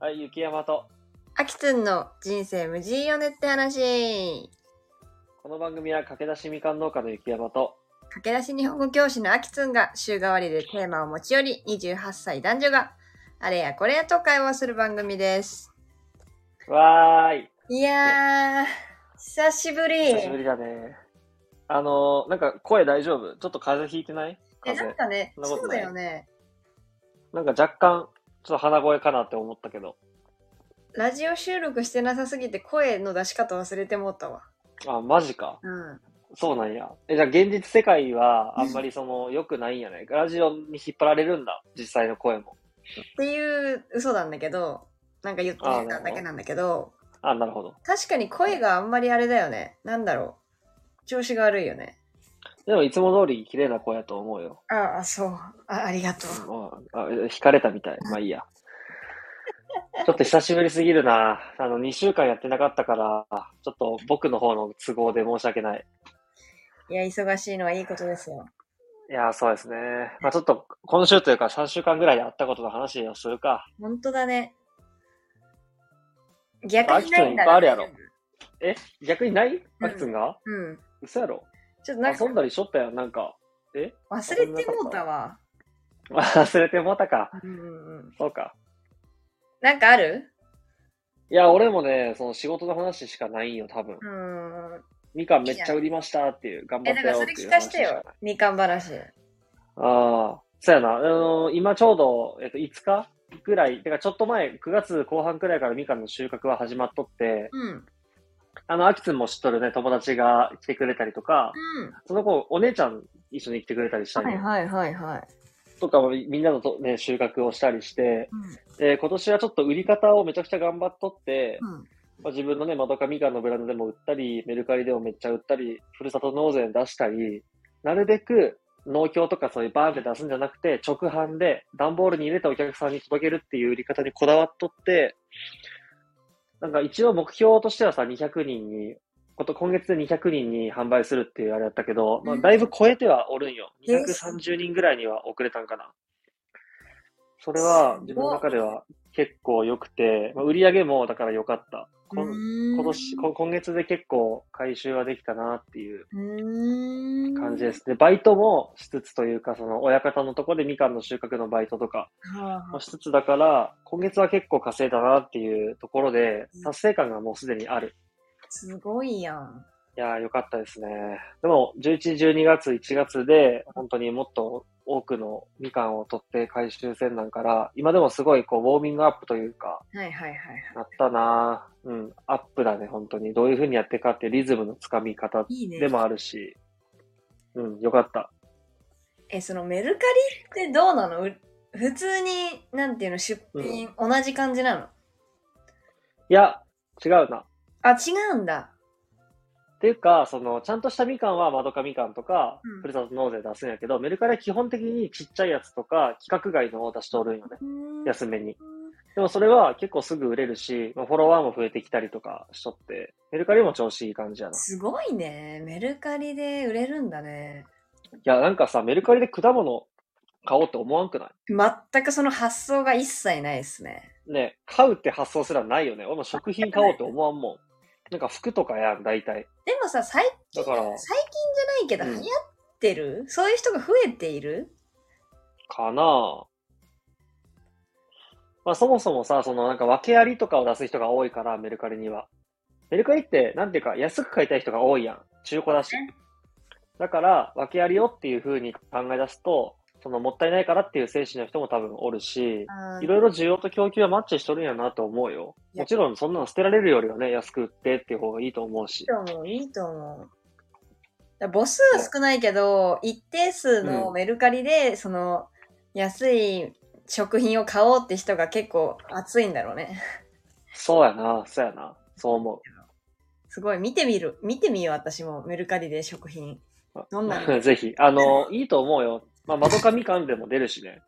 はい、雪山と。あきつんの人生無人よねって話。この番組は駆け出しみかん農家の雪山と、駆け出し日本語教師のあきつんが週替わりでテーマを持ち寄り、28歳男女があれやこれやと会話する番組です。わーい、いやー、久しぶり。久しぶりだね。あのー、なんか声大丈夫ちょっと風邪ひいてないえ、風なん邪。かね、そんなこそとうないだよね。なんか若干、ちょっと鼻声かなって思ったけど。ラジオ収録してなさすぎて声の出し方忘れてもったわ。あ、マジか。うん。そうなんや。え、じゃあ現実世界はあんまりその、良くないんやね。ラジオに引っ張られるんだ。実際の声も。っていう嘘なんだけど、なんか言ってあーなるたほどだけなんだけど、あ、なるほど。確かに声があんまりあれだよね。なんだろう。調子が悪いよね。でもいつも通り綺麗な声やと思うよ。ああ、そう。あありがとう。あ、あ惹かれたみたい。まあいいや。ちょっと久しぶりすぎるな。あの、2週間やってなかったから、ちょっと僕の方の都合で申し訳ない。いや、忙しいのはいいことですよ。いやー、そうですね。まあちょっと、今週というか3週間ぐらいあったことの話をするか。ほんとだね。逆に秋田ないにんいっだぱねいあるやろえ逆にないマキツンが、うん。嘘やろちょっとなんか遊んだりしょったやん、なんか。え忘れてもうたわ。忘れてもうたか。うんうんうん。そうか。なんかあるいや、俺もね、その仕事の話しかないんよ、多分う。ーん。みかんめっちゃ売りましたっていう、頑張え、っだたからよそっれてい聞うか話ししてかない。よ。みかん話。ああ、そうやな。あのー今ちょうど、えっと、5日ぐらい、てかちょっと前、9月後半くらいからみかんの収穫は始まっとって、うん。あの、アキツンも知っとるね、友達が来てくれたりとか、うその子、お姉ちゃん一緒に来てくれたりしたん。り、はいはいはいはい。とかもみんなのと、ね、収穫をしたりして、うんで、今年はちょっと売り方をめちゃくちゃ頑張っとって、うん。まあ、自分のね、まどかみかんのブランドでも売ったり、メルカリでもめっちゃ売ったり、ふるさと納税に出したり、なるべく農協とかそういうバーンって出すんじゃなくて、直販で段ボールに入れてお客さんに届けるっていう売り方にこだわっとって、なんか一応目標としてはさ、200人に、こと今月で200人に販売するっていうあれやったけど、まあ、うんだいぶ超えてはおるんよ。えー230人ぐらいには遅れたんかな。それは自分の中では結構良くて、まあ、売り上げもだから良かった。こん今今年、こ今月で結構回収はできたなっていううーん。感じで。す。で、バイトもしつつというか、その親方のところでみかんの収穫のバイトとかはあもはしつつだから、今月は結構稼いだなっていうところでうん、達成感がもうすでにある。あすごいやん。いやー、よかったですね。でも、11、12月、1月で、本当にもっと多くのみかんを取って回収せんなんから、今でもすごいこう、ウォーミングアップというか、はいはいはいはい。なったなーうん、アップだね、本当に。どういう風にやってかって、リズムのつかみ方いいね。でもあるし、うん、よかった。え、そのメルカリってどうなのう普通に、なんていうの、出品、同じ感じなのいや、違うな。あ、違うんだ。っていうか、その、ちゃんとしたみかんはまどかみかんとかうん、ふるさと納税出すんやけど、メルカリは基本的にちっちゃいやつとか、規格外のを出しておるんよね。安めに。でもそれは結構すぐ売れるし、まあフォロワーも増えてきたりとかしとって、メルカリも調子いい感じやな。いすごいね。メルカリで売れるんだね。や、なんかさ、メルカリで果物買おうって思わんくない全くその発想が一切ないですね。ね、買うって発想すらないよね。俺も食品買おうって思わんもん。なんか服とかやん、大体。でもさ、最近、だから、最近じゃなうんいけど、流行ってるそういう人が増えているかなぁまあそもそもさ、そのなんか訳ありとかを出す人が多いから、メルカリには。メルカリって、なんていうか、安く買いたい人が多いやん。中古だしそうね。だから、訳ありをっていう風に考え出すと、そのもったいないからっていう精神の人も多分おるし、いろいろ需要と供給はマッチしとるんやなと思うよ。いやもちろんそんなの捨てられるよりはね、安く売ってっていう方がいいと思うし。いいと思う、いいと思う。だ母数は少ないけど、一定数のうんメルカリで、その、安い食品を買おうって人が結構熱いんだろうね。 そうやな、そうやな。そう思う。すごい、見てみる、見てみよう、私も、メルカリで食品。どんな のぜひ。あの、いいと思うよ。まあ、まどかみかんでも出るしね。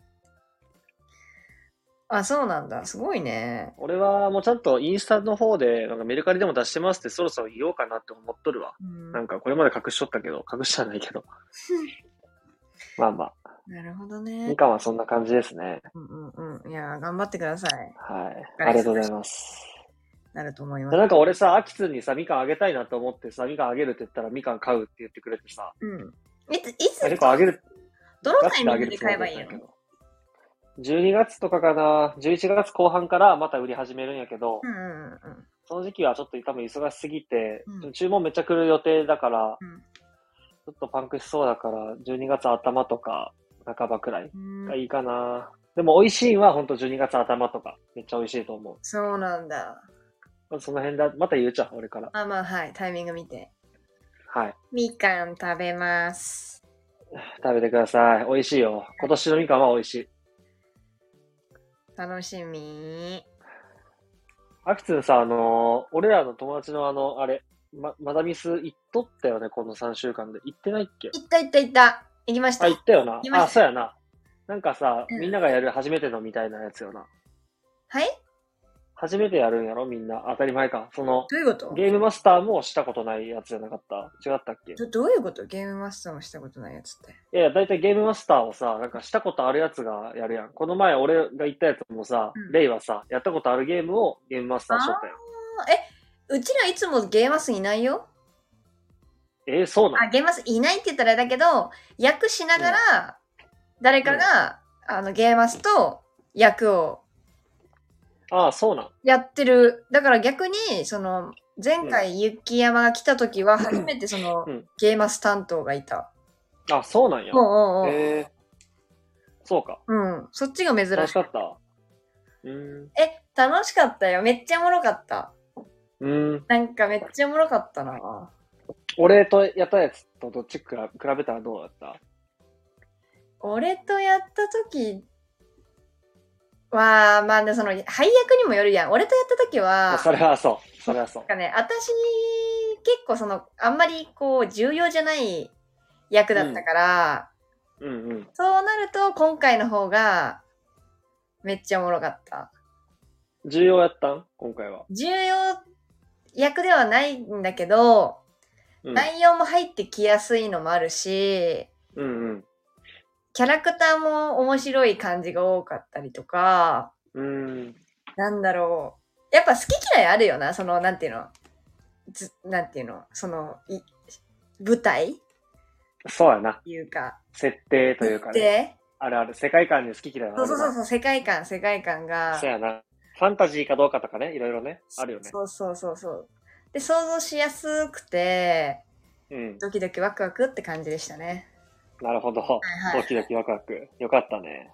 あ、そうなんだ。すごいね。俺はもうちゃんとインスタの方で、なんかメルカリでも出してますってそろそろ言おうかなって思っとるわ。うんなんかこれまで隠しとったけど、隠してはないけど。まあまあ。なるほどねみ。かんはそんな感じですね。うんうんうん。いやー、頑張ってください。はい。ありがとうございます。なると思います。でなんか俺さ、アキツンにさ、みかんあげたいなと思ってさ、みかんあげるって言ったらみかん買うって言ってくれてさ、うん。いつ、いつ、結構あげる、どのガタチイでミあンげるグでつも買えりだっばいいたのんだけど。12月とかかな、11月後半からまた売り始めるんやけど、うんうんうんその時期はちょっと多分忙しすぎて、うん注文めっちゃ来る予定だから、うんちょっとパンクしそうだから、12月頭とか半ばくらいうん。うがんいいかな。でも美味しいのはほんと12月頭とか、めっちゃ美味しいと思う。そうなんだ。まずその辺だ、また言うちゃう、俺から。あ、まあはい、タイミング見て。はい。みかん食べます。食べてください。美味しいよ。今年のみかんは美味しい。楽しみ。アキツンさ、あのー俺らの友達のあの、あれ、ま、マダミス行っとったよね、この3週間で。行ってないっけいったいったいった。行きました。あ、行ったよな行き。ましたあ、そうやな。なんかさ、うんみんながやる初めてのみたいなやつよな。はい初めてやるんやろみんな。当たり前か。その、どういうことゲームマスターもしたことないやつじゃなかった違ったっけいどどういうことゲームマスターもしたことないやつって。やいや、だいたいゲームマスターをさ、なんかしたことあるやつがやるやん。この前俺が言ったやつもさ、うんレイはさ、やったことあるゲームをゲームマスターしとったよ。あえ、うちらいつもゲーマスいないよ。えーそうなあ、のゲーマスいないって言ったらあれだけど、役しながら、誰かが、あのゲーマスと役をああ、そうなのやってる。だから逆に、その、前回雪山が来た時は初めてその、うんゲーマス担当がいた。あ、そうなんや。もう、おうおうえー、そうか。うん。そっちが珍楽ししいか。った。うーん。え、楽しかったよ。めっちゃおもろかった。うーん。なんかめっちゃおもろかったな。俺とやったやつとどっち比べ比べたらどうだった俺とやった時は、まあね、その、配役にもよるやん。俺とやった時は、あそれはそう。それはそうなん。かね、私、結構その、あんまりこう、重要じゃない役だったから、うんうん。そうなると、今回の方が、めっちゃおもろかった。重要やったん今回は。重要役ではないんだけど、うん。内容も入ってきやすいのもあるし、うんキャラクターも面白い感じが多かったりとか、うん。うーん。なんだろう。やっぱ好き嫌いあるよな、その、なんていうの。ずなんていうの、その、い舞台っそうやな。ていうか、設定というかね。で、あるある。世界観に好き嫌いはあそうる。そうそうそうう、世界観、世界観が。そうやな。ファンタジーかどうかとかね、いろいろね。あるよね。そうそうそうそう。で、想像しやすくて、うん。ドキドキワクワクって感じでしたね。なるほど。はいはドい。キドキワクワク。よかったね。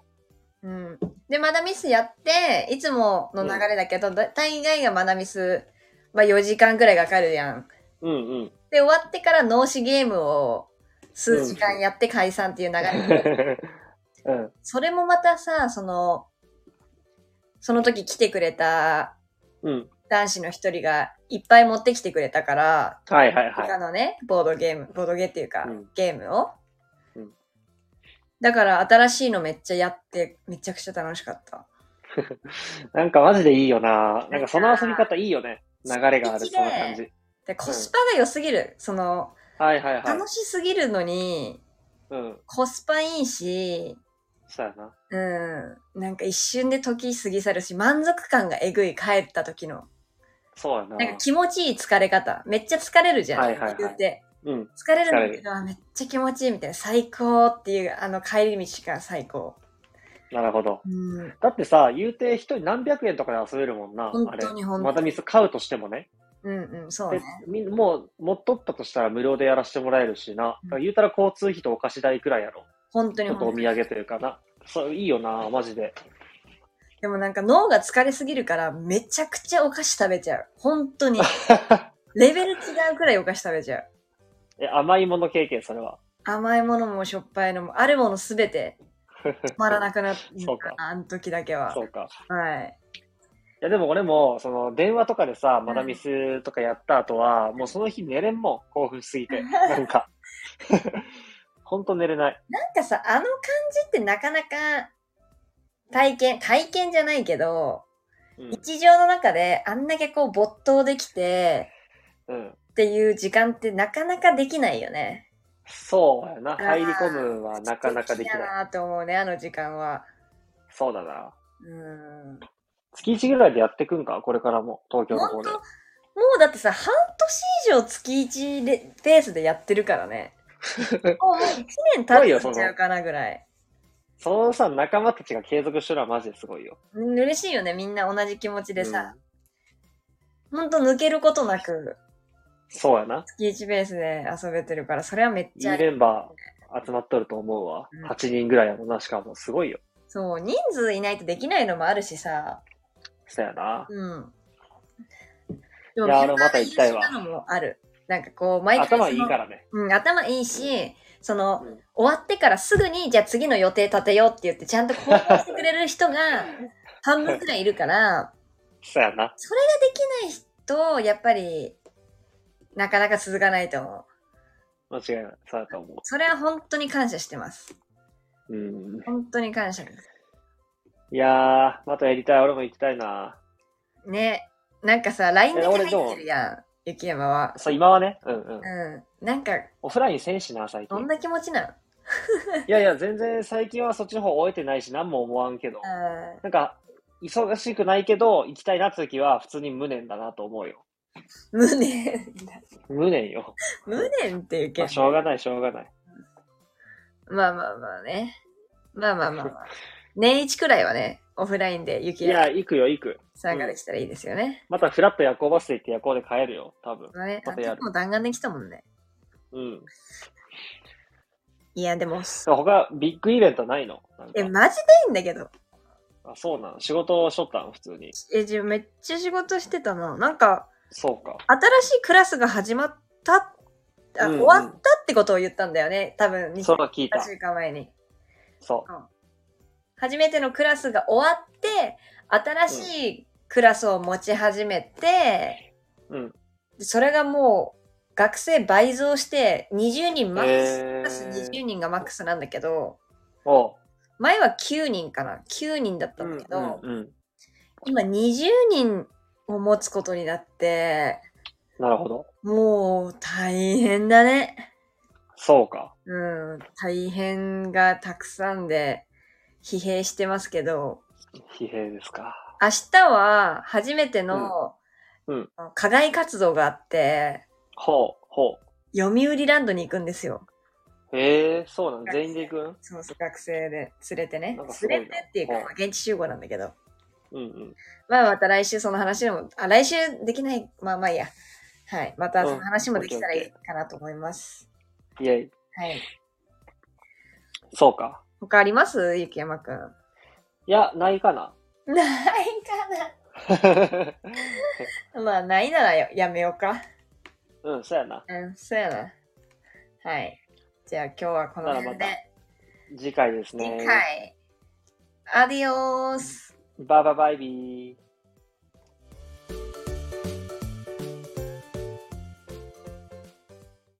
うん、で、マダミスやって、いつもの流れだけど、だ大概がマダミス、まあ4時間くらいかかるやん。うん うん。で、終わってから脳死ゲームを数時間やって解散っていう流れ。 うん。それもまたさ、その、その時来てくれたうん。男子の一人がいっぱい持ってきてくれたから、はいはいはい他。のね、ボードゲーム、ボードゲーっていうか、うんゲームを。うんだから新しいのめっちゃやって、めちゃくちゃ楽しかった。なんかマジでいいよな。なんかその遊び方いいよね。流れがある、素敵でその感じ。で、コスパが良すぎる。その、はいはいはい。楽しすぎるのに、うん。コスパいいし、そうやな。うん。なんか一瞬で時過ぎ去るし、満足感がえぐい、帰った時の。そうやな。なんか気持ちいい疲れ方。めっちゃ疲れるじゃん。はいはいはい言うて。うん。疲れるんだけど、あめっちゃ気持ちいいみたいな。最高っていう、あの帰り道が最高。なるほど。うん。だってさ、言うて一人何百円とかで遊べるもんな。本あれ当に本当にまたミス買うとしてもね。うんうん、そうでね。みもう持っとったとしたら無料でやらせてもらえるしな。うんだから言うたら交通費とお菓子代くらいやろ。本当にちょっと本お当土に。産というかな。そう、いいよな、マジで。でもなんか脳が疲れすぎるから、めちゃくちゃお菓子食べちゃう。本当 に。レベル違うくらいお菓子食べちゃう。え、甘いもの経験、それは。甘いものもしょっぱいのも、あるものすべ て止まらなくなっそうかた。あの時だけは。そうか。はい。いやでも俺も、その電話とかでさ、まだミスとかやった後は、もうその日寝れんもん、興奮しすぎて。なんか。 ほんと寝れない。なんかさ、あの感じってなかなか体験、体験じゃないけど、うん。日常の中であんだけこう没頭できてうん。っていう時間ってなかなかできないよね。そうやな。入り込むはなかなかでき素敵ない。だなと思うね、あの時間は。そうだな。うん。月1ぐらいでやってくんかこれからも、東京の本方当で。もうだってさ、半年以上月1でペースでやってるか らね。もう1年経っちゃうかなぐらい。そのさ、仲間たちが継続してるのはマジですごいよ。うん嬉しいよね、みんな同じ気持ちでさ。うんほんと抜けることなく、そうやな。月1ベースで遊べてるから、それはめっいいちゃメンバー集まっとると思うわうん。 8人ぐらいやもんな。しかもすごいよ。そう、人数いないとできないのもあるしさ。そうやな。うん。でもいや俺また行きたいわメンバーの優秀なのもある。なんかこう、毎回その。頭いいからね。うん、頭いいし、その、うん終わってからすぐに、じゃあ次の予定立てようって言って、ちゃんと行動してくれる人が 半分くらいいるから、そうやな。できない人、やっぱり、なかなか続かないと思う。間違いない。そうやと思それは本当に感謝してます。う。うん。本当に感謝です。いやー、またやりたい。俺も行きたいな。ね。なんかさ、LINE だけえ俺でも入ってるやん、雪山は。そう、今はね。うんうん。うん。なんか、オフラインせんしな、最どん近。な気持ちなのいやいや、全然最近はそっちの方終えてないし、何も思わんけど。あなんか、忙しくないけど、行きたいなって時は、普通に無念だなと思うよ。ー無 念。無念よ。無念っていうけまどあ、しょうがない、しょうがない。まあまあまあね。まあまあまあ、まあ。年一くらいはね、オフラインでい雪や、や行くよ、行く。さんができたらいいですよね。またフラット夜行バスで行って夜行で帰るよ、多分。まあね、あまたやるもう弾丸できたもんね。うん。いや、でも、他、ビッグイベントないのなんえ、かマジでいいんだけど。あそうなん。仕事をしとったん、普通に。え、じゃあめっちゃ仕事してたな。なんか、そうか。新しいクラスが始まった、あ、うんうん終わったってことを言ったんだよね。多分、2そう聞いた。週間前に。そ初めてのクラスが終わって、新しいクラスを持ち始めて、う。うん。でそれがもう学生倍増して20人マックス、へークラス20人がマックスなんだけどおう。前は9人かな9人だったうんんだけど、うんうん。今20人を持つことになってなるほど。もう大変だねそうか。うん大変がたくさんで疲弊してますけど疲弊ですか。明日は初めての、うんうん課外活動があってほう、ほ読売ランドに行くんですよう。へえー、そうなん。全員で行くんそうそう、学生で連れてねなんか。す連ごいれなてっていうか、はいまあ現地集合なんだけど。うんうん。まあまた来週その話でも、あ、来週できない、まあまあいいや。はい。またその話もできたらいいかなと思います。イェイ。はい。そうか。他あります雪山くん。いや、ないかな。 ないかな。まあ、ないならややめようか。うん、そうやな。うん、そうやな。はい。じゃあ今日はこの辺でなら。次回ですね。次回。アディオース。バイバイバイビー。